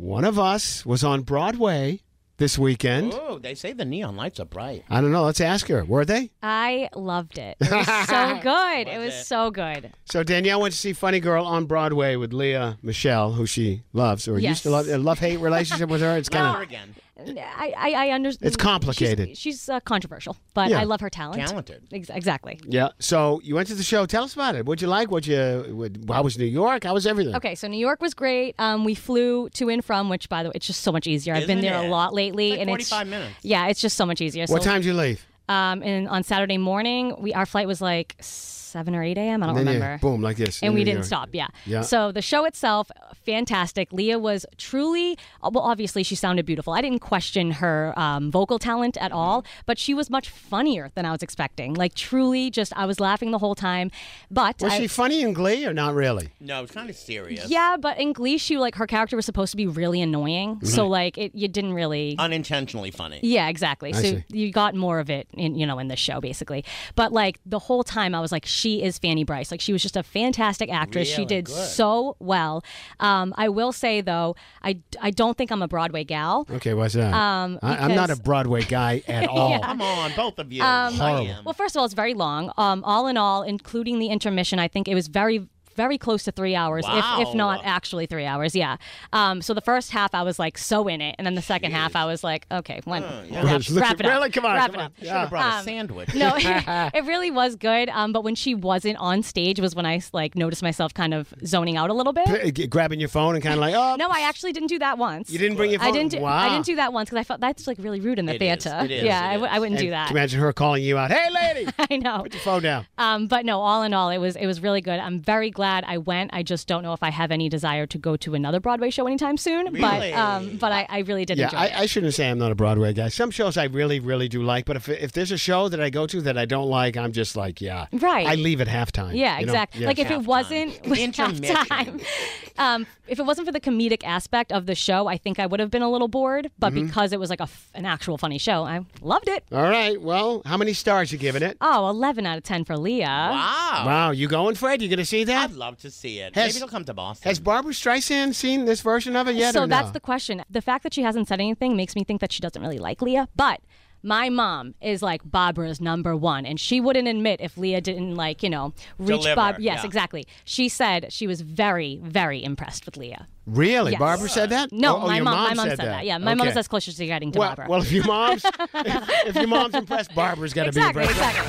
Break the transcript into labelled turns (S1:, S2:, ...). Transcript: S1: One of us was on Broadway this weekend.
S2: Oh, they say the neon lights are bright.
S1: I don't know. Let's ask her. Were they?
S3: I loved it. It was so good. it was
S2: it?
S3: so good.
S1: So Danielle went to see Funny Girl on Broadway with Leah Michelle, who she loves or used
S3: Yes.
S1: to love. A love hate relationship with her. It's
S3: Ah.
S1: kind
S2: Never
S1: of
S2: again.
S3: I I, I understand.
S1: It's complicated.
S3: She's, she's uh, controversial, but
S1: Yeah.
S3: I love her talent.
S2: Talented.
S3: Ex- exactly.
S1: yeah. So you went to the show. Tell us about it. What'd you like? What you? What, how was New York? How was everything?
S3: Okay, so New York was great. Um, we flew to and from, which by the way, it's just so much easier. I've been
S2: Isn't
S3: there
S2: it?
S3: a lot lately,
S2: Like
S3: and
S2: 45
S3: it's
S2: minutes.
S3: yeah, it's just so much easier.
S1: What
S3: so,
S1: time did you leave?
S3: Um, and on Saturday morning, we our flight was like seven or eight a.m. I don't
S1: Then you-
S3: remember.
S1: boom, like this.
S3: and
S1: in
S3: we
S1: New
S3: didn't
S1: York.
S3: stop. Yeah.
S1: Yeah.
S3: So the show itself, fantastic. Leah was truly uh, well. Obviously, she sounded beautiful. I didn't question her um, vocal talent at all, but she was much funnier than I was expecting. Like truly, just I was laughing the whole time. But
S1: Was
S3: I,
S1: she funny in Glee or not really?
S2: No, it's kind of serious.
S3: yeah, but in Glee, she like her character was supposed to be really annoying.
S1: Mm-hmm.
S3: So like it, you didn't really
S2: Unintentionally funny.
S3: Yeah, exactly. so
S1: see.
S3: you got more of it in you know in the show basically. But like the whole time I was like she is Fanny Bryce. Like she was just a fantastic actress. she
S2: Really
S3: did
S2: good.
S3: so well. Um, I will say though, I I don't think I'm a Broadway gal.
S1: Okay, what's that?
S3: Um,
S1: I, I'm not a
S3: because-
S1: Broadway guy at all.
S2: Come on, both of you. I
S1: Horrible.
S2: am.
S3: Um, Well, first of all, it's very long. Um, all in all, including the intermission, I think it was very very close to three hours if, if
S2: Wow.
S3: not actually three hours yeah um, so the first half i was like so in it and then the second half i was like okay when wrap,
S1: Listen,
S3: wrap it up
S1: Oh, Really? Come on,
S3: wrap
S1: come
S3: it
S1: on.
S3: up
S2: Should have brought a sandwich.
S3: um, No, it really was good. Um, but when she wasn't on stage was when I like noticed myself kind of zoning out a little bit.
S1: P- g- grabbing your phone and kind of like, oh,
S3: No, I actually didn't do that once.
S1: you didn't bring your phone.
S3: I didn't. Do,
S1: wow.
S3: I didn't do that once because I felt that's like really rude in the
S2: It is,
S3: theater.
S2: it is,
S3: yeah,
S2: it
S3: I w-
S2: is.
S3: I wouldn't do
S1: And
S3: that.
S1: Imagine her calling you out. Hey, lady,
S3: I know.
S1: phone down.
S3: Um, but no, all in all, it was it was really good. I'm very glad I went. I just don't know if I have any desire to go to another Broadway show anytime soon. But
S2: Really?
S3: um, but I, I really did
S1: Yeah,
S3: enjoy it.
S1: I, I shouldn't say I'm not a Broadway guy. Some shows I really, really do like, but if, if there's a show that I go to that I don't like, I'm just like, yeah,
S3: Right.
S1: I leave at halftime.
S3: Yeah,
S1: you know?
S3: exactly.
S1: Yeah.
S3: Like if it wasn't
S2: Intermission.
S3: halftime, um, if it wasn't for the comedic aspect of the show, I think I would have been a little bored. But
S1: Mm-hmm.
S3: because it was like a f- an actual funny show, I loved it.
S1: All right. Well, how many stars you giving it?
S3: Oh, 11 out of 10 for Leah.
S2: Wow.
S1: Wow, you going, Fred? You gonna see that?
S2: I'd love to see it.
S1: Has-
S2: Maybe it'll come to Boston.
S1: Has Barbara Streisand seen this version of it yet?
S3: so
S1: or
S3: that's
S1: no?
S3: the question. The fact that she hasn't said anything makes me think that she doesn't really like Leah. But my mom is like Barbara's number one, and she wouldn't admit if Leah didn't like you know reach
S2: Deliver,
S3: Bob. Yes,
S2: yeah.
S3: exactly. She said she was very very impressed with Leah.
S1: Really?
S3: Yes.
S1: Barbara said that?
S3: No,
S1: Oh, oh,
S3: my
S1: your
S3: mom, my mom said, that. Yeah, my mom's
S1: Okay.
S3: mom is as close as she's getting to
S1: well,
S3: Barbara.
S1: well, if your mom's if, if your mom's impressed, Barbara's got to
S3: exactly,
S1: be impressed.
S3: exactly.